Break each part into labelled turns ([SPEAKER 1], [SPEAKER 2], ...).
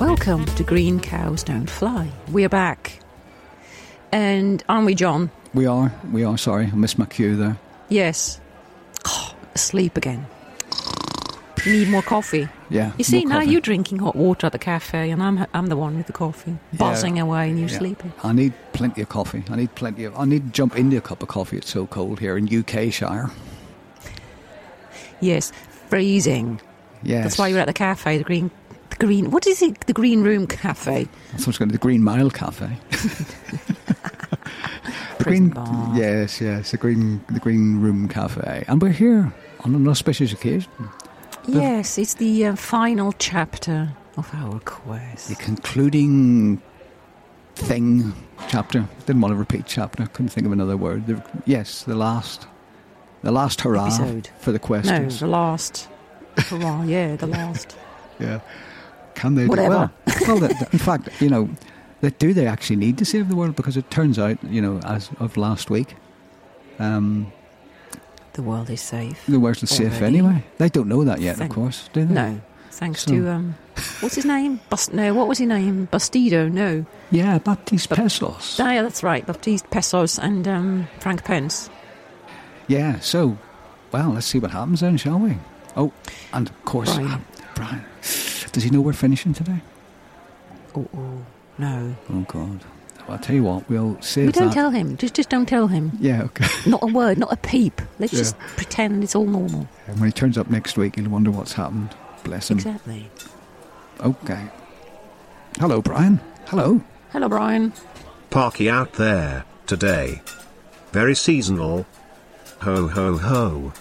[SPEAKER 1] Welcome to Green Cows Don't Fly. We are back. And aren't we, John?
[SPEAKER 2] We are, we are. Sorry, I missed my cue there.
[SPEAKER 1] Yes. asleep again. Need more coffee.
[SPEAKER 2] Yeah.
[SPEAKER 1] You see,
[SPEAKER 2] more
[SPEAKER 1] now
[SPEAKER 2] coffee.
[SPEAKER 1] you're drinking hot water at the cafe, and I'm, I'm the one with the coffee, buzzing away, and you're
[SPEAKER 2] Yeah.
[SPEAKER 1] sleeping.
[SPEAKER 2] I need plenty of coffee. I need plenty of. I need to jump into a cup of coffee. It's so cold here in UK Shire.
[SPEAKER 1] Yes, freezing.
[SPEAKER 2] Yes.
[SPEAKER 1] That's why you're at the cafe, the green, the green. What is it? The Green Room Cafe.
[SPEAKER 2] That's what's going to the Green Mile Cafe. the
[SPEAKER 1] Prison
[SPEAKER 2] green,
[SPEAKER 1] bar.
[SPEAKER 2] yes, yes, the green, the green room cafe, and we're here on an auspicious occasion.
[SPEAKER 1] Yes, it's the uh, final chapter of our quest.
[SPEAKER 2] The concluding thing chapter. Didn't want to repeat chapter. Couldn't think of another word. The, yes, the last, the last hurrah
[SPEAKER 1] Episode.
[SPEAKER 2] for the
[SPEAKER 1] No,
[SPEAKER 2] questions.
[SPEAKER 1] the last. hurrah, yeah, the last.
[SPEAKER 2] Yeah. Can they
[SPEAKER 1] Whatever.
[SPEAKER 2] do well? well, th- th- in fact, you know, that do they actually need to save the world? Because it turns out, you know, as of last week, um,
[SPEAKER 1] The world is safe.
[SPEAKER 2] the world is safe
[SPEAKER 1] Already?
[SPEAKER 2] anyway. They don't know that yet,
[SPEAKER 1] Thank-
[SPEAKER 2] of course, do they?
[SPEAKER 1] No, thanks
[SPEAKER 2] So-
[SPEAKER 1] to um, what's his name? Bust, no, what was his name? Bastido. No,
[SPEAKER 2] Yeah, Baptiste
[SPEAKER 1] But-
[SPEAKER 2] Pesos.
[SPEAKER 1] ah, yeah, that's right. Baptiste Pesos and um, Frank Pence.
[SPEAKER 2] yeah. So, well, let's see what happens then, shall we? Oh, and of course,
[SPEAKER 1] Brian.
[SPEAKER 2] uh, Brian. Does he know we're finishing today?
[SPEAKER 1] Oh, oh no,
[SPEAKER 2] Oh God. Well, I'll tell you what. We'll save
[SPEAKER 1] we don't
[SPEAKER 2] that.
[SPEAKER 1] tell him. Just, just don't tell him.
[SPEAKER 2] yeah. Okay.
[SPEAKER 1] Not a word, not a peep. Let's
[SPEAKER 2] Yeah.
[SPEAKER 1] just pretend it's all normal.
[SPEAKER 2] And when he turns up next week, he'll wonder what's happened. Bless him.
[SPEAKER 1] Exactly.
[SPEAKER 2] Okay. Hello, Brian. Hello.
[SPEAKER 1] Hello, Brian.
[SPEAKER 3] Parky out there, today. Very seasonal. Ho ho ho.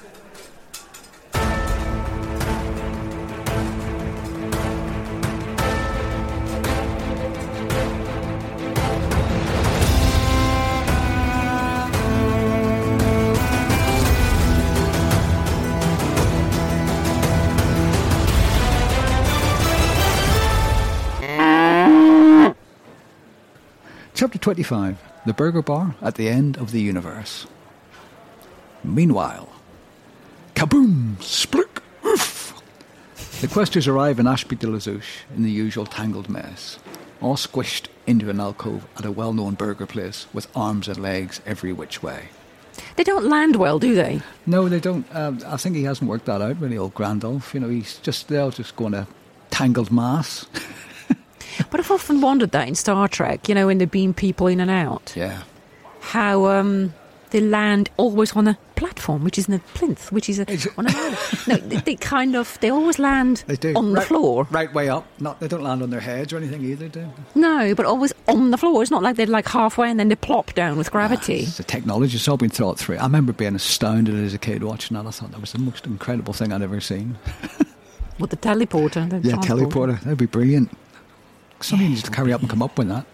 [SPEAKER 2] Chapter 25 The Burger Bar at the End of the Universe. Meanwhile, kaboom! Splook! Oof! The questers arrive in Ashby de la Zouche in the usual tangled mess, all squished into an alcove at a well known burger place with arms and legs every which way.
[SPEAKER 1] They don't land well, do they?
[SPEAKER 2] No, they don't. Um, I think he hasn't worked that out, really, old Grandolph. You know, he's just, they're all just going to tangled mass.
[SPEAKER 1] But I've often wondered that in Star Trek, you know, when they beam people in and out,
[SPEAKER 2] Yeah.
[SPEAKER 1] how um, they land always on a platform, which isn't a plinth, which is a,
[SPEAKER 2] It's-
[SPEAKER 1] on a ladder. No, they, they kind of, they always land
[SPEAKER 2] They do.
[SPEAKER 1] on the
[SPEAKER 2] Right-
[SPEAKER 1] floor.
[SPEAKER 2] Right way up. Not they don't land on their heads or anything either, do they?
[SPEAKER 1] No, but always on the floor. It's not like they're like halfway and then they plop down with gravity.
[SPEAKER 2] It's the technology, it's all been thought through. I remember being astounded as a kid watching that. I thought that was the most incredible thing I'd ever seen.
[SPEAKER 1] With the teleporter. The
[SPEAKER 2] Yeah,
[SPEAKER 1] transporter.
[SPEAKER 2] teleporter. That'd be brilliant. Somebody needs to carry up and come up with that.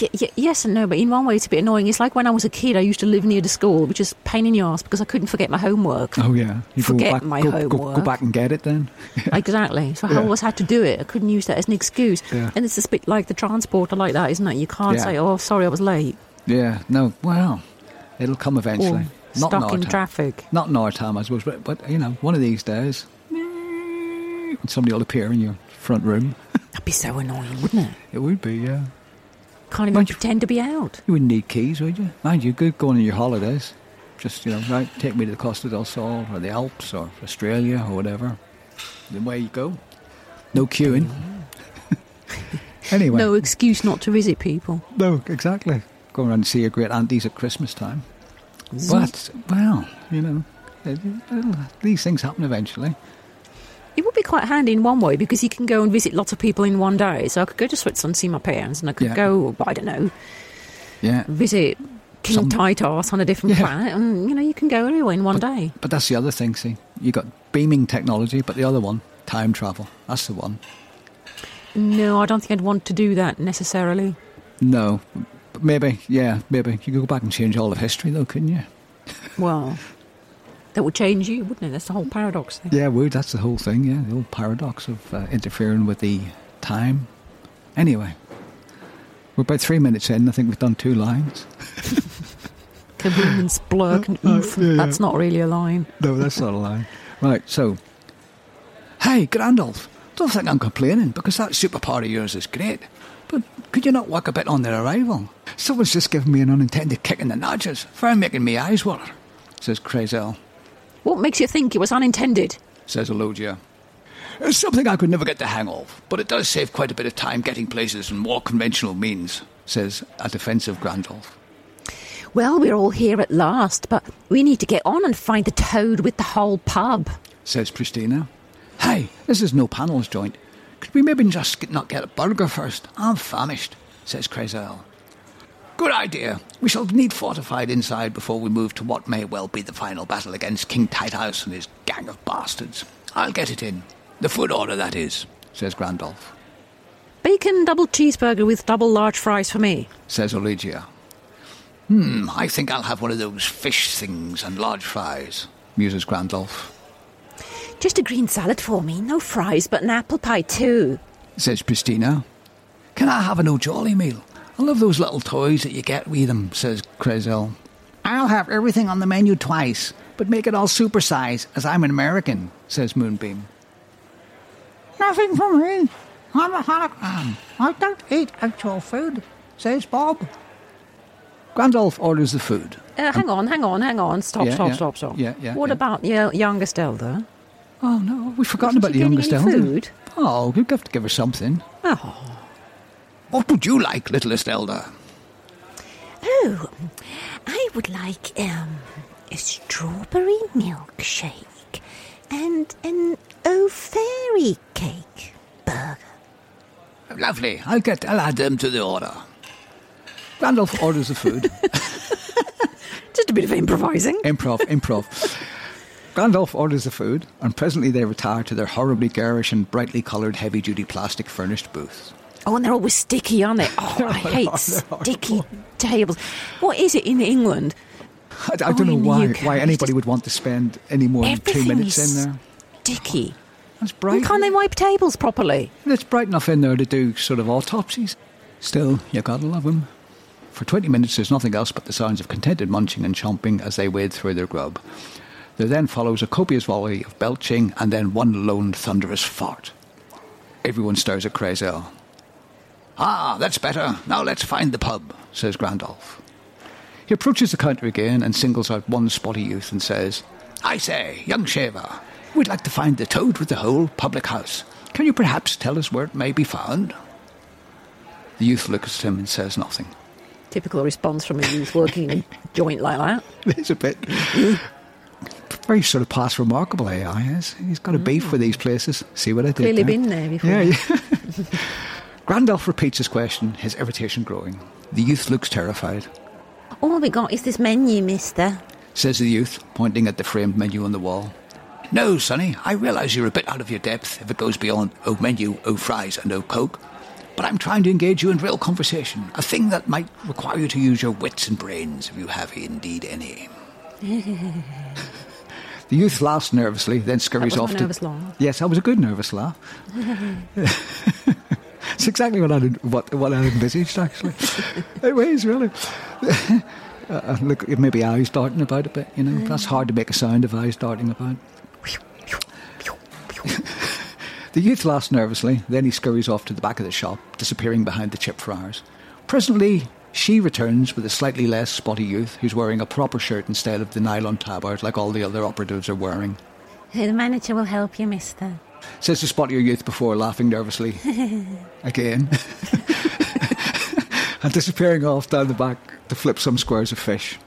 [SPEAKER 1] Y- y- yes and no, but in one way it's a bit annoying. It's like when I was a kid, I used to live near the school, which is a pain in the ass because I couldn't forget my homework.
[SPEAKER 2] Oh yeah. You
[SPEAKER 1] Forget
[SPEAKER 2] go back,
[SPEAKER 1] my
[SPEAKER 2] go, go- Go,
[SPEAKER 1] homework.
[SPEAKER 2] back and get it then.
[SPEAKER 1] Exactly. So I
[SPEAKER 2] Yeah.
[SPEAKER 1] always had to do it. I couldn't use that as an excuse.
[SPEAKER 2] Yeah.
[SPEAKER 1] And it's a bit like the transporter, like that, isn't it? You can't
[SPEAKER 2] Yeah.
[SPEAKER 1] say, "Oh, sorry, I was late,"
[SPEAKER 2] Yeah. No. Well, it'll come
[SPEAKER 1] or
[SPEAKER 2] eventually. Not in
[SPEAKER 1] "Stuck
[SPEAKER 2] our
[SPEAKER 1] in
[SPEAKER 2] time.
[SPEAKER 1] traffic."
[SPEAKER 2] Not in our time, I suppose. But, but you know, one of these days, and somebody will appear in your front room.
[SPEAKER 1] That'd be so annoying, wouldn't it?
[SPEAKER 2] It would be. uh, Yeah.
[SPEAKER 1] Can't even
[SPEAKER 2] Mind you-
[SPEAKER 1] pretend to be out.
[SPEAKER 2] You wouldn't need keys, would you? Mind you, good going on your holidays. Just, you know, right, take me to the Costa del Sol or the Alps or Australia or whatever. Then where you go. No queuing. anyway.
[SPEAKER 1] No excuse not to visit people.
[SPEAKER 2] no, exactly. Go around and see your great aunties at Christmas time. But, well, you know, it- it- these things happen eventually.
[SPEAKER 1] It would be quite handy in one way because you can go and visit lots of people in one day. So I could go to Switzerland, see my parents, and I could
[SPEAKER 2] Yeah.
[SPEAKER 1] go, I don't know,
[SPEAKER 2] Yeah.
[SPEAKER 1] visit King
[SPEAKER 2] Some-
[SPEAKER 1] Titus on a different
[SPEAKER 2] Yeah.
[SPEAKER 1] planet, and you know you can go everywhere in one day.
[SPEAKER 2] But that's the other thing, see. you got beaming technology, but the other one, time travel. That's the one.
[SPEAKER 1] No, I don't think I'd want to do that necessarily.
[SPEAKER 2] No. But maybe, yeah, maybe. You could go back and change all of history, though, couldn't you?
[SPEAKER 1] Well, that would change you, wouldn't it? That's the whole paradox thing.
[SPEAKER 2] Yeah, would. That's the whole thing, yeah. The old paradox of uh, interfering with the time. Anyway, we're about three minutes in. I think we've done two lines.
[SPEAKER 1] Kaboom and splurk and
[SPEAKER 2] Uh,
[SPEAKER 1] oof.
[SPEAKER 2] yeah, yeah.
[SPEAKER 1] That's not really a line.
[SPEAKER 2] No, that's not a line. Right, so. Hey, Grandolph! don't think I'm complaining because that superpower of yours is great. But could you not work a bit on their arrival? Someone's just given me an unintended kick in the nudges for making me eyes water, says Crazel.
[SPEAKER 4] What makes you think it was unintended?
[SPEAKER 2] says Elogia. It's something I could never get the hang of, but it does save quite a bit of time getting places and more conventional means, says a defensive Grandolph.
[SPEAKER 4] Well, we're all here at last, but we need to get on and find the toad with the whole pub.
[SPEAKER 2] says Pristina. Hey, this is no panels joint. Could we maybe just get, not get a burger first? I'm famished, says Crezel. Good idea. We shall need fortified inside before we move to what may well be the final battle against King Tighthouse and his gang of bastards. I'll get it in. The food order, that is, says Grandolph.
[SPEAKER 4] Bacon double cheeseburger with double large fries for me.
[SPEAKER 2] says Olegia. Hmm, I think I'll have one of those fish things and large fries, muses Grandolph.
[SPEAKER 4] Just a green salad for me, no fries, but an apple pie too.
[SPEAKER 2] says Pristina. Can I have an old jolly meal? I love those little toys that you get with them, says Crezel. I'll have everything on the menu twice, but make it all supersize, as I'm an American, says Moonbeam.
[SPEAKER 5] Nothing for me. I'm a hologram. I don't eat actual food, says Bob.
[SPEAKER 2] Grandolph orders the food.
[SPEAKER 4] Uh, hang on, hang on, hang on. Stop,
[SPEAKER 2] Um, Yeah,
[SPEAKER 4] stop,
[SPEAKER 2] yeah.
[SPEAKER 4] stop, stop.
[SPEAKER 2] Yeah, yeah,
[SPEAKER 4] what
[SPEAKER 2] yeah.
[SPEAKER 4] about your youngest elder?
[SPEAKER 2] Oh no, we've forgotten about
[SPEAKER 4] Wasn't
[SPEAKER 2] the youngest
[SPEAKER 4] she getting
[SPEAKER 2] elder.
[SPEAKER 4] any food?
[SPEAKER 2] Oh, we have to give her something.
[SPEAKER 4] Oh,
[SPEAKER 2] What would you like, littlest elder?
[SPEAKER 1] Oh, I would like um, a strawberry milkshake and an O fairy cake burger.
[SPEAKER 2] Lovely. I'll get. I'll add them to the order. Grandolph orders the food.
[SPEAKER 4] just a bit of improvising.
[SPEAKER 2] improv, improv. Gandalf orders the food, and presently they retire to their horribly garish and brightly coloured heavy duty plastic furnished booths.
[SPEAKER 4] Oh, and they're always sticky, aren't they? Oh, I hate sticky tables. What is it in England?
[SPEAKER 2] I, I don't
[SPEAKER 4] Oh,
[SPEAKER 2] know
[SPEAKER 4] in the
[SPEAKER 2] why,
[SPEAKER 4] UK,
[SPEAKER 2] why
[SPEAKER 4] it's
[SPEAKER 2] anybody
[SPEAKER 4] just-
[SPEAKER 2] would want to spend any more than two
[SPEAKER 4] Everything
[SPEAKER 2] minutes
[SPEAKER 4] is
[SPEAKER 2] in there.
[SPEAKER 4] Sticky.
[SPEAKER 2] That's
[SPEAKER 4] And
[SPEAKER 2] bright.
[SPEAKER 4] can't they wipe tables properly?
[SPEAKER 2] It's bright enough in there to do sort of autopsies. Still, you gotta love 'em. For 20 minutes, there's nothing else but the sounds of contented munching and chomping as they wade through their grub. There then follows a copious volley of belching and then one lone thunderous fart. Everyone stares at Crazel. Ah, that's better. Now let's find the pub, says Grandolph. He approaches the counter again and singles out one spotty youth and says, I say, young shaver, we'd like to find the toad with the hole public house. Can you perhaps tell us where it may be found? The youth looks at him and says nothing.
[SPEAKER 4] Typical response from a youth working in a joint like that.
[SPEAKER 2] It's a bit. Very sort of past remarkable AI is. He's got a beef with these places. See what I did
[SPEAKER 4] Clearly
[SPEAKER 2] there?
[SPEAKER 4] been there before.
[SPEAKER 2] Yeah, yeah. Grandolph repeats his question, his irritation growing. The youth looks terrified.
[SPEAKER 1] All we got is this menu, mister.
[SPEAKER 2] says the youth, pointing at the framed menu on the wall. No, Sonny, I realise you're a bit out of your depth if it goes beyond O menu, O fries, and O coke. But I'm trying to engage you in real conversation, a thing that might require you to use your wits and brains if you have indeed any. the youth laughs nervously, then scurries
[SPEAKER 4] That
[SPEAKER 2] off
[SPEAKER 4] wasn't
[SPEAKER 2] to.
[SPEAKER 4] a nervous laugh.
[SPEAKER 2] Yes, that was a good nervous laugh. it's exactly what I what what I envisaged actually. it is really. Uh, look, maybe eyes darting about a bit. You know, that's hard to make a sound of eyes darting about. The youth laughs nervously, then he scurries off to the back of the shop, disappearing behind the chip fryers. Presently, she returns with a slightly less spotty youth who's wearing a proper shirt instead of the nylon tabard like all the other operatives are wearing.
[SPEAKER 1] The manager will help you, mister.
[SPEAKER 2] Says the spottier youth before laughing nervously. Again. and disappearing off down the back to flip some squares of fish.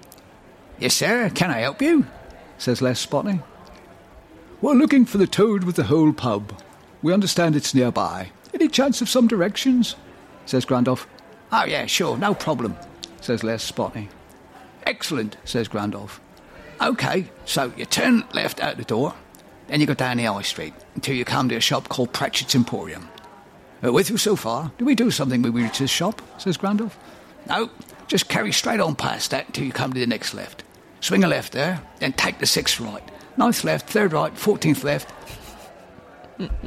[SPEAKER 2] Yes, sir, can I help you? Says Les Spotty. We're looking for the toad with the whole pub. We understand it's nearby. Any chance of some directions? Says Grandolph. Oh, yeah, sure, no problem, says Les Spotty. Excellent, says Grandolph. Okay, so you turn left out the door, then you go down the high street until you come to a shop called Pratchett's Emporium. Uh, with you so far? Do we do something when we reach this shop? says Grandolph. No, just carry straight on past that until you come to the next left. Swing a left there, then take the sixth right, ninth left, third right, fourteenth left.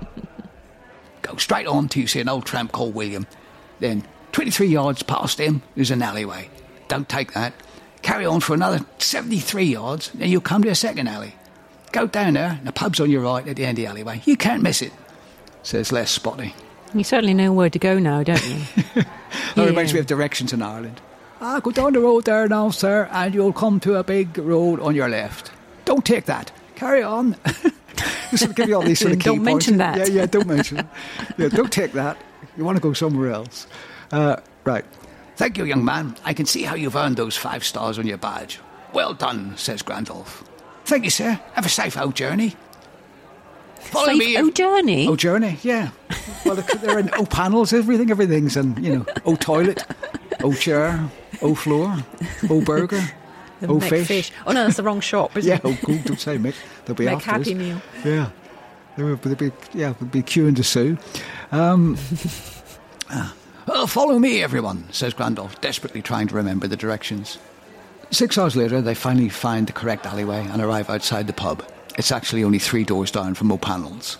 [SPEAKER 2] go straight on till you see an old tramp called William. Then, 23 yards past him, there's an alleyway. Don't take that. Carry on for another 73 yards, then you'll come to a second alley. Go down there, and the pub's on your right at the end of the alleyway. You can't miss it. so it's less spotty.
[SPEAKER 4] You certainly know where to go now, don't you?
[SPEAKER 2] That
[SPEAKER 4] Yeah.
[SPEAKER 2] Oh, reminds me of directions in Ireland. Ah, go down the road there now, sir, and you'll come to a big road on your left. Don't take that. Carry on. this will give you all these sort of key
[SPEAKER 4] Don't mention
[SPEAKER 2] points.
[SPEAKER 4] that.
[SPEAKER 2] Yeah, yeah, don't mention. it. yeah, don't take that. You want to go somewhere else. Uh, right. Thank you, young man. I can see how you've earned those five stars on your badge. Well done, says Grandolph. Thank you, sir. Have a safe old journey. Follow
[SPEAKER 4] Safe
[SPEAKER 2] me. if-
[SPEAKER 4] O journey.
[SPEAKER 2] Oh, journey, yeah. Well, look, they're in O panels, everything, everything's in, you know, O toilet, O chair, O floor, O burger, O
[SPEAKER 4] Mac
[SPEAKER 2] fish.
[SPEAKER 4] Oh no, that's the wrong shop. Isn't
[SPEAKER 2] Yeah,
[SPEAKER 4] it?
[SPEAKER 2] oh, good, don't say Mick. They'll be
[SPEAKER 4] Mick
[SPEAKER 2] after us.
[SPEAKER 4] Happy Meal.
[SPEAKER 2] Yeah. They would they'd be, yeah, they'd be queuing to sue. Um, uh, follow me, everyone, says Grandolph, desperately trying to remember the directions. Six hours later, they finally find the correct alleyway and arrive outside the pub. It's actually only three doors down from O'Panels.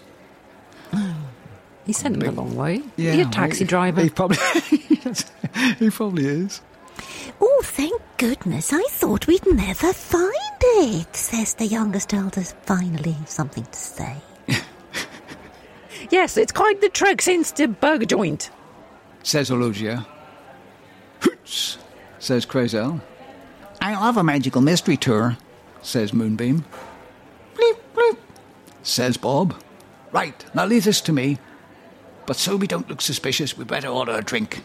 [SPEAKER 4] He sent him a long way.
[SPEAKER 2] Yeah,
[SPEAKER 4] He's a taxi
[SPEAKER 2] well,
[SPEAKER 4] driver.
[SPEAKER 2] He probably, he probably is.
[SPEAKER 1] Oh, thank goodness. I thought we'd never find it, says the youngest elder, finally something to say.
[SPEAKER 4] Yes, it's quite the trek since the burger joint.
[SPEAKER 2] Says Ologia. Hoots, says Crazel. I love a magical mystery tour, says Moonbeam. Bleep, bleep, says Bob. Right, now leave this to me. But so we don't look suspicious, we'd better order a drink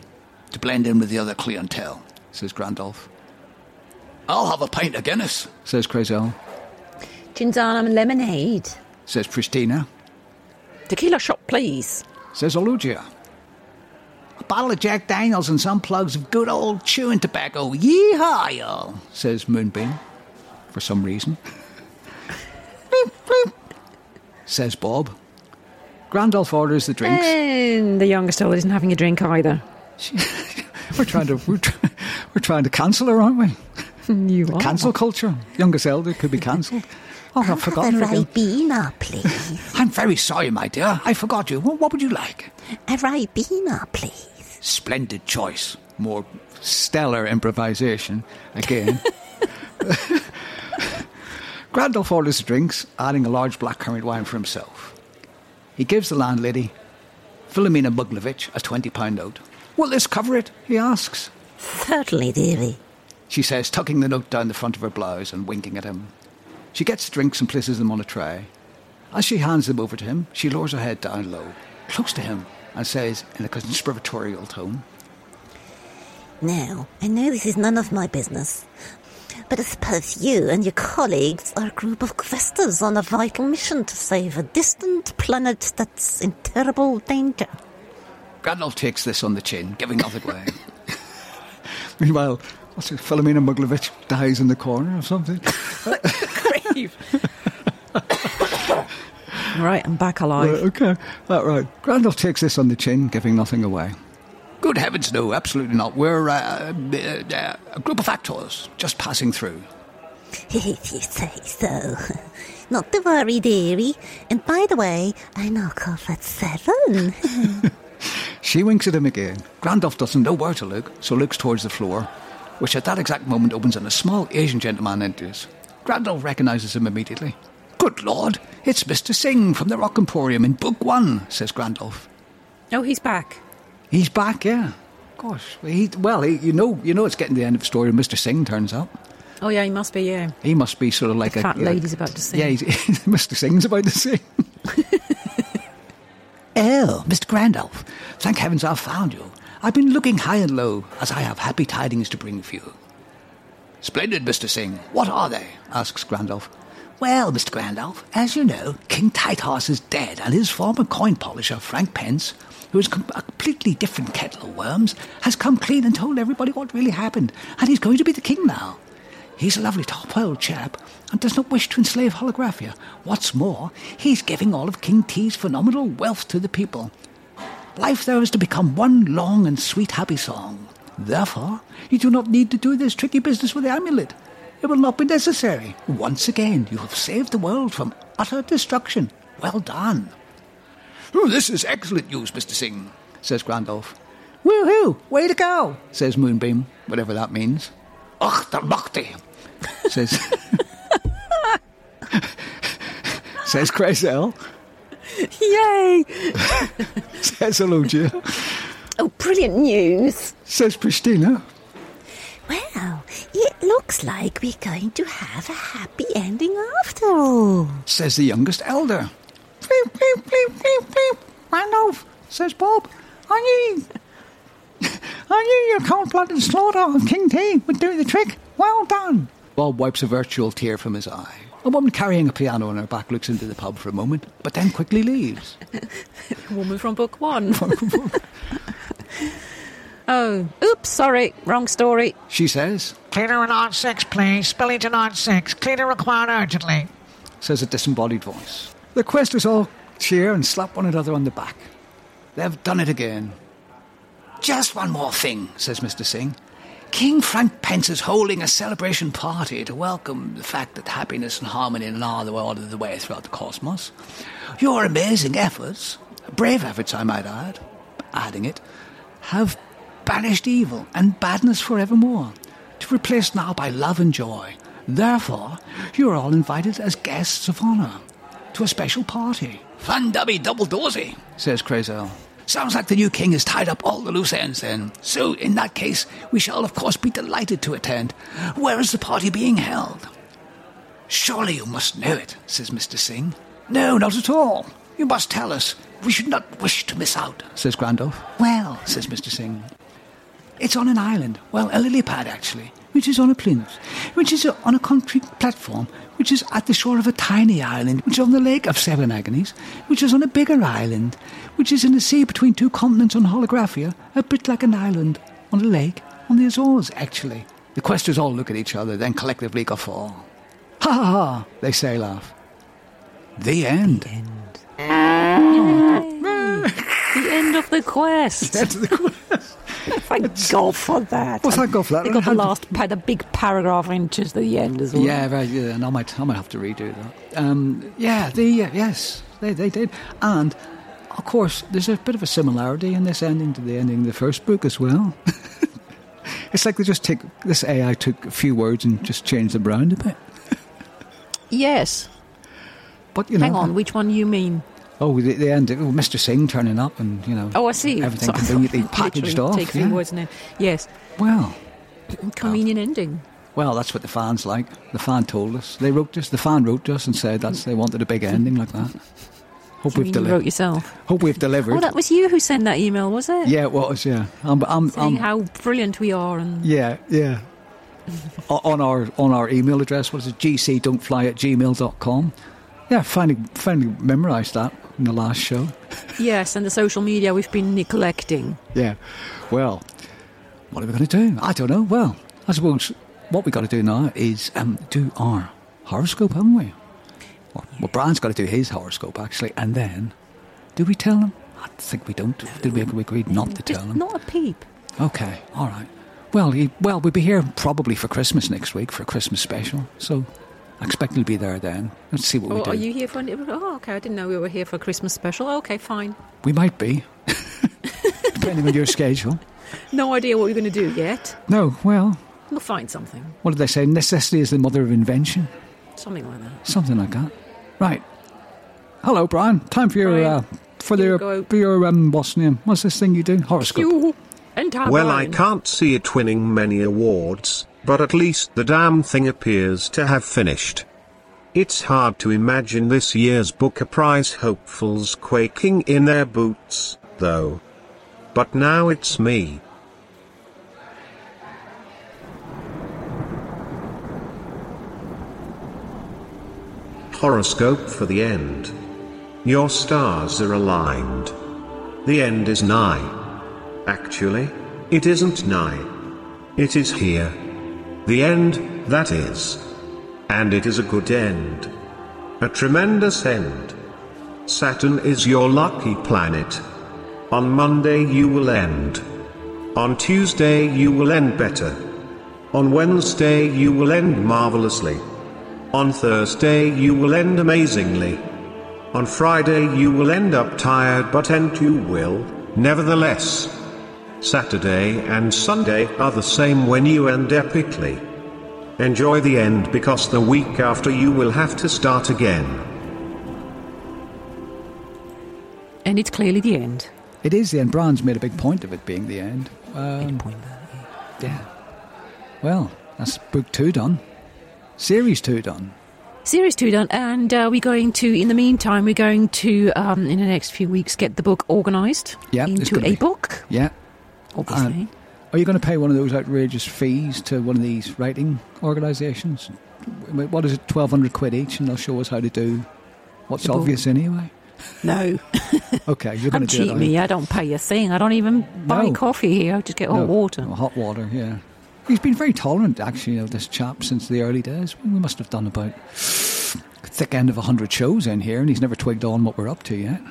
[SPEAKER 2] to blend in with the other clientele, says Grandolph. I'll have a pint of Guinness, says Crazel,
[SPEAKER 1] Ginzana and lemonade.
[SPEAKER 2] says Pristina.
[SPEAKER 4] Tequila shop, please.
[SPEAKER 2] says Olugia. A bottle of Jack Daniels and some plugs of good old chewing tobacco. Yeehaw, y'all, says Moonbeam, for some reason. Bleep, bleep, says Bob. Grandolph orders the drinks.
[SPEAKER 1] Eh.
[SPEAKER 4] And the youngest elder isn't having a drink either.
[SPEAKER 2] We're trying to we're, try, we're trying to cancel her, aren't we?
[SPEAKER 1] Mm,
[SPEAKER 4] You
[SPEAKER 1] Oh.
[SPEAKER 4] are.
[SPEAKER 2] Cancel culture. Youngest elder could be cancelled. Oh, I've forgotten
[SPEAKER 1] Have
[SPEAKER 2] her
[SPEAKER 1] a
[SPEAKER 2] again.
[SPEAKER 1] Ribena, please.
[SPEAKER 2] I'm very sorry, my dear. I forgot you. What, what would you like?
[SPEAKER 1] a Ribena, please.
[SPEAKER 2] Splendid choice. More stellar improvisation again. Grandolph orders the drinks, adding a large blackcurrant wine for himself. He gives the landlady, Filomena Muglovich, a £20 note. Will this cover it? he asks.
[SPEAKER 1] Certainly, dearie.
[SPEAKER 2] She says, tucking the note down the front of her blouse and winking at him. She gets the drinks and places them on a tray. As she hands them over to him, she lowers her head down low, close to him, and says in a conspiratorial tone,
[SPEAKER 1] Now, I know this is none of my business, but I suppose you and your colleagues are a group of questers on a vital mission to save a distant planet that's in terrible danger.
[SPEAKER 2] Gandalf takes this on the chin, giving nothing away. Meanwhile, what's it, Filomena Muglovich dies in the corner or something?
[SPEAKER 4] grave. right, I'm back alive.
[SPEAKER 2] Right, Uh, okay, that right. Gandalf takes this on the chin, giving nothing away. Good heavens, no, absolutely not. We're uh, uh, uh, a group of actors just passing through.
[SPEAKER 1] If you say so. Not to worry, dearie. And by the way, I knock off at seven.
[SPEAKER 2] She winks at him again. Gandalf doesn't know where to look, so looks towards the floor, which at that exact moment opens and a small Asian gentleman enters. Gandalf recognises him immediately. Good Lord, it's Mr. Singh from the Rock Emporium in Book One, says Gandalf.
[SPEAKER 4] Oh, he's back.
[SPEAKER 2] He's back, yeah. Gosh, he, well, he, you know, you know, it's getting to the end of the story. when Mr. Singh turns up.
[SPEAKER 4] Oh, yeah, he must be, yeah.
[SPEAKER 2] He must be sort of like
[SPEAKER 4] The
[SPEAKER 2] a
[SPEAKER 4] fat
[SPEAKER 2] like-
[SPEAKER 4] lady's about to sing.
[SPEAKER 2] Yeah, he's, Mr. Singh's about to sing. oh, Mr. Grandolph, thank heavens I've found you. I've been looking high and low, as I have happy tidings to bring for you. Splendid, Mr. Singh. What are they? asks Grandolph. Well, Mr. Grandolph, as you know, King Tighthorse is dead, and his former coin polisher, Frank Pence, who is com- a completely different kettle of worms, has come clean and told everybody what really happened, and he's going to be the king now. He's a lovely top old chap and does not wish to enslave holographia. What's more, he's giving all of King T's phenomenal wealth to the people. Life there is to become one long and sweet happy song. Therefore, you do not need to do this tricky business with the amulet. It will not be necessary. Once again, you have saved the world from utter destruction. Well done. Oh, this is excellent news, Mr. Singh, says Grandolph. Woo-hoo, way to go, says Moonbeam, whatever that means. Ach, der Machti, says... says Crazel.
[SPEAKER 1] Yay!
[SPEAKER 2] Says hello, dear.
[SPEAKER 1] Oh, brilliant news!
[SPEAKER 2] Says Pristina.
[SPEAKER 1] Well, it looks like we're going to have a happy ending after all.
[SPEAKER 2] Says the youngest elder.
[SPEAKER 5] Bleep, bleep, bleep, bleep, bleep. Randolph, says Bob, I knew, I knew your cold-blooded slaughter of King T would do the trick. Well done.
[SPEAKER 2] Bob wipes a virtual tear from his eye. A woman carrying a piano on her back looks into the pub for a moment, but then quickly leaves.
[SPEAKER 4] Woman from book one. oh, oops, sorry, wrong story.
[SPEAKER 2] She says,
[SPEAKER 5] Cleaner and on six, please. Spillage and on six. Cleaner required urgently.
[SPEAKER 2] says a disembodied voice. The quest is all cheer and slap one another on the back. They've done it again. Just one more thing, says Mr. Singh. King Frank Pence is holding a celebration party to welcome the fact that happiness and harmony are the order of the way throughout the cosmos. Your amazing efforts, brave efforts I might add, adding it, have banished evil and badness forevermore, to replace now by love and joy. Therefore, you are all invited as guests of honour to a special party. Fun dubby double dozy, says Crazel. Sounds like the new king has tied up all the loose ends then. So, in that case, we shall of course be delighted to attend. Where is the party being held? Surely you must know it, says Mr. Singh. No, not at all. You must tell us. We should not wish to miss out, says Grandolph. Well, says Mr. Singh, it's on an island. Well, a lily pad, actually, which is on a plinth, which is on a concrete platform, which is at the shore of a tiny island, which is on the Lake of Seven Agonies, which is on a bigger island, which is in the sea between two continents on holographia, a bit like an island on a lake on the Azores, actually. The questers all look at each other, then collectively guffaw. Ha ha ha, they say, laugh. The end.
[SPEAKER 4] The end of the quest.
[SPEAKER 6] Thank God for that.
[SPEAKER 2] Well, thank God for that.
[SPEAKER 4] They got the last, pa- the big paragraph into the end as well.
[SPEAKER 2] Yeah, right. Yeah, and I might, I might have to redo that. Um, yeah, the yes, they they did, and of course, there's a bit of a similarity in this ending to the ending of the first book as well. it's like they just take this AI took a few words and just changed them around a bit.
[SPEAKER 4] Yes.
[SPEAKER 2] But you know,
[SPEAKER 4] Hang on, which one you mean?
[SPEAKER 2] oh, the, the end, oh, Mr. Singh turning up, and you know,
[SPEAKER 4] Oh, I see.
[SPEAKER 2] everything
[SPEAKER 4] So-
[SPEAKER 2] conveniently
[SPEAKER 4] literally
[SPEAKER 2] packaged off.
[SPEAKER 4] Take three
[SPEAKER 2] yeah. Oh.
[SPEAKER 4] words and then. Yes.
[SPEAKER 2] Well,
[SPEAKER 4] Convenient ending.
[SPEAKER 2] well, that's what the fans like. The fan told us. They wrote us. The fan wrote us and said that's they wanted a big ending like that. Hope we've
[SPEAKER 4] You mean you wrote
[SPEAKER 2] delivered.
[SPEAKER 4] yourself.
[SPEAKER 2] Hope we've delivered.
[SPEAKER 4] Oh, that was you who sent that email, was it?
[SPEAKER 2] Yeah, Um, it was. Yeah, I'm. I'm, I'm
[SPEAKER 4] Saying how brilliant we are and
[SPEAKER 2] yeah, yeah. O- on our on our email address, what is it? gcdon'tfly at gmail.com. Yeah, finally finally memorised that in the last show.
[SPEAKER 4] yes, and the social media we've been neglecting.
[SPEAKER 2] Yeah. Well, what are we going to do? I don't know. Well, I suppose what we got to do now is um, do our horoscope, haven't we? Well, well, Brian's got to do his horoscope actually, and then do we tell him? I think we don't. Did we agree not to tell
[SPEAKER 4] Just
[SPEAKER 2] him?
[SPEAKER 4] not a peep.
[SPEAKER 2] Okay, all right. Well, he, well, we'll be here probably for Christmas next week for a Christmas special. So I expect he'll be there then. Let's see what
[SPEAKER 4] Oh,
[SPEAKER 2] we do.
[SPEAKER 4] are you here for? An, oh, okay. I didn't know we were here for a Christmas special. Oh, Okay, fine.
[SPEAKER 2] We might be, depending on your schedule.
[SPEAKER 4] No idea what we're going to do yet.
[SPEAKER 2] No, well,
[SPEAKER 4] We'll find something,
[SPEAKER 2] what did they say? Necessity is the mother of invention,
[SPEAKER 4] something like that.
[SPEAKER 2] something like that. Right. Hello, Brian. Time for your
[SPEAKER 4] Brian,
[SPEAKER 2] uh, for
[SPEAKER 4] you
[SPEAKER 2] your
[SPEAKER 4] go.
[SPEAKER 2] for your um, what's name? What's this thing you do? Horoscope.
[SPEAKER 4] You and Tarbine.
[SPEAKER 3] Well, I can't see it winning many awards, but at least the damn thing appears to have finished. It's hard to imagine this year's Booker Prize hopefuls quaking in their boots, though. But now it's me. Horoscope for the end. Your stars are aligned. The end is nigh. Actually, it isn't nigh. It is here. The end, that is. And it is a good end. A tremendous end. Saturn is your lucky planet. On Monday you will end. On Tuesday you will end better. On Wednesday you will end marvelously. On Thursday you will end amazingly. On Friday you will end up tired but end you will, nevertheless. Saturday and Sunday are the same when you end epically. Enjoy the end because the week after you will have to start again.
[SPEAKER 4] And it's clearly the end.
[SPEAKER 2] It is the end. Bran's made a big point of it being the end.
[SPEAKER 4] End
[SPEAKER 2] Um,
[SPEAKER 4] point there, yeah.
[SPEAKER 2] yeah. Well, that's book two done. Series two done.
[SPEAKER 4] Series two done, and uh, we're going to. In the meantime, we're going to um, in the next few weeks get the book organised
[SPEAKER 2] Yeah, it's
[SPEAKER 4] into
[SPEAKER 2] gonna
[SPEAKER 4] a
[SPEAKER 2] be- Uh,
[SPEAKER 4] book.
[SPEAKER 2] Yeah.
[SPEAKER 4] Obviously,
[SPEAKER 2] Are you going to pay one of those outrageous fees to one of these writing organisations? Wh- What is it, 1,200 quid each, and they'll show us how to do what's
[SPEAKER 4] book.
[SPEAKER 2] obvious anyway?
[SPEAKER 4] no,
[SPEAKER 2] Okay, you're going
[SPEAKER 4] don't
[SPEAKER 2] to do it.
[SPEAKER 4] cheat
[SPEAKER 2] aren't
[SPEAKER 4] me.
[SPEAKER 2] you?
[SPEAKER 4] I don't pay a thing. I don't even buy
[SPEAKER 2] No.
[SPEAKER 4] coffee here. I just get hot
[SPEAKER 2] No,
[SPEAKER 4] Oh, water.
[SPEAKER 2] no, hot water, yeah. He's been very tolerant, actually, of this chap since the early days. We must have done about thick end of 100 shows in here, and he's never twigged on what we're up to yet.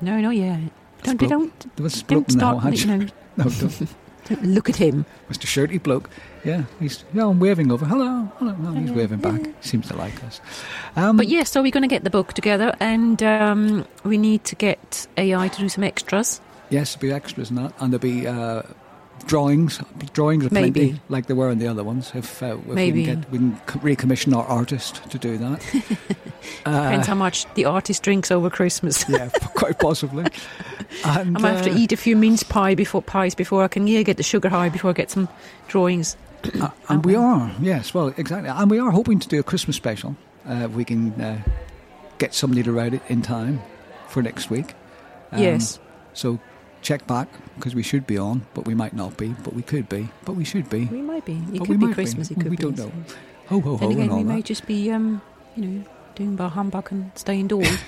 [SPEAKER 4] No, no, yeah. Don't
[SPEAKER 2] Splo-
[SPEAKER 4] don't
[SPEAKER 2] There was bloke
[SPEAKER 4] don't
[SPEAKER 2] in the
[SPEAKER 4] start.
[SPEAKER 2] hatch.
[SPEAKER 4] No,
[SPEAKER 2] No, don't.
[SPEAKER 4] don't look at him.
[SPEAKER 2] Mr. Shirty bloke. Yeah, he's yeah, I'm waving over. Hello, hello. hello. He's waving back. Seems to like us. Um,
[SPEAKER 4] But yeah, so we're going to get the book together, and um, we need to get AI to do some extras.
[SPEAKER 2] yes, there'll be extras and that, and there'll be uh, drawings. Drawings are plenty,
[SPEAKER 4] Maybe.
[SPEAKER 2] like there were in the other ones. If, uh, if
[SPEAKER 4] Maybe.
[SPEAKER 2] we can, get, we can co- recommission our artist to do that.
[SPEAKER 4] Depends how much the artist drinks over Christmas.
[SPEAKER 2] Ah. yeah, quite possibly. And,
[SPEAKER 4] I'm gonna have
[SPEAKER 2] uh,
[SPEAKER 4] to eat a few mince pie before pies before I can yeah get the sugar high before I get some drawings.
[SPEAKER 2] Uh, and we are, yes, well, exactly. And we are hoping to do a Christmas special. Uh, if we can uh, get somebody to write it in time for next week. Um,
[SPEAKER 4] yes,
[SPEAKER 2] So check back because we should be on, but we might not be, but we could be, but we should be.
[SPEAKER 4] we might be. It
[SPEAKER 2] but oh, we
[SPEAKER 4] could be
[SPEAKER 2] might
[SPEAKER 4] Christmas. It could
[SPEAKER 2] we
[SPEAKER 4] be.
[SPEAKER 2] don't
[SPEAKER 4] so-
[SPEAKER 2] know. Ho ho ho
[SPEAKER 4] Then
[SPEAKER 2] and
[SPEAKER 4] again,
[SPEAKER 2] all
[SPEAKER 4] we may
[SPEAKER 2] that.
[SPEAKER 4] just be um, you know doing bar humbug and stay indoors.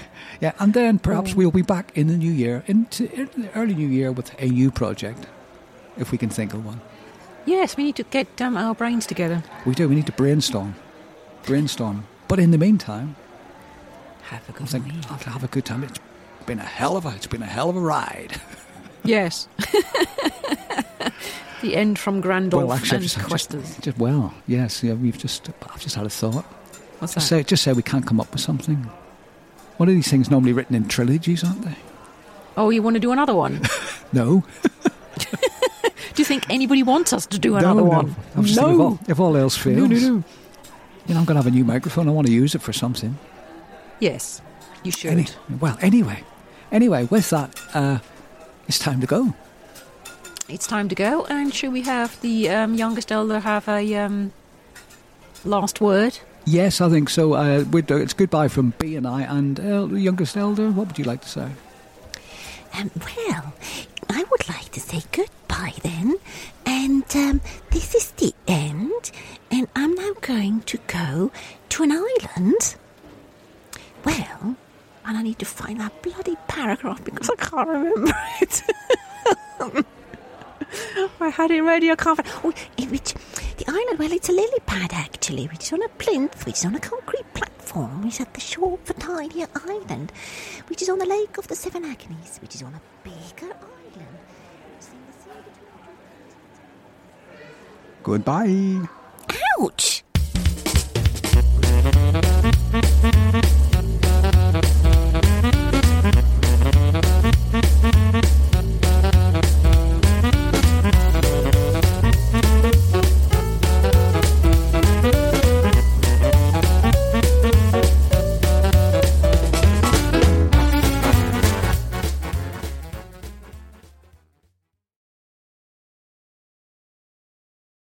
[SPEAKER 2] Yeah, and then perhaps
[SPEAKER 4] Oh.
[SPEAKER 2] we'll be back in the new year, into in the early new year, with a new project, if we can think of one.
[SPEAKER 4] yes, we need to get um, our brains together.
[SPEAKER 2] We do. We need to brainstorm, brainstorm. But in the meantime,
[SPEAKER 4] Have a
[SPEAKER 2] I
[SPEAKER 4] good
[SPEAKER 2] think
[SPEAKER 4] week.
[SPEAKER 2] I'll have a good time. It's been a hell of a, it's been a hell of a ride.
[SPEAKER 4] Yes. the end from Grandolph and
[SPEAKER 2] I've just,
[SPEAKER 4] Questers.
[SPEAKER 2] just- well, yes, yeah, we've just, I've just had a thought.
[SPEAKER 4] What's that?
[SPEAKER 2] Just say, just say we can't come up with something. One of these things normally written in trilogies, aren't they?
[SPEAKER 4] Oh, you want to do another one?
[SPEAKER 2] No,
[SPEAKER 4] do you think anybody wants us to do another
[SPEAKER 2] no,
[SPEAKER 4] one?
[SPEAKER 2] No, I'm just thinking If, all, if all else fails,
[SPEAKER 4] no, no.
[SPEAKER 2] You know, I'm going to have a new microphone. I want to use it for something.
[SPEAKER 4] Yes, you should.
[SPEAKER 2] Any, well, anyway, anyway, with that, uh, it's time to go.
[SPEAKER 4] It's time to go, and should we have the um, youngest elder have a um, last word?
[SPEAKER 2] Yes, I think so. Uh, we'd, do- it's goodbye from B and I and uh, youngest elder. What would you like to say?
[SPEAKER 1] Um, well, I would like to say goodbye then. And um, this is the end. And I'm now going to go to an island. Well, and I need to find that bloody paragraph because I can't remember it. I had it ready. I can't. Find, oh, it, which the island? Well, it's a lily pad actually, which is on a plinth, which is on a concrete platform, which is at the shore of a tinier island, which is on the lake of the Seven Agonies, which is on a bigger island. It's in the sea between-
[SPEAKER 7] Goodbye.
[SPEAKER 1] Ouch!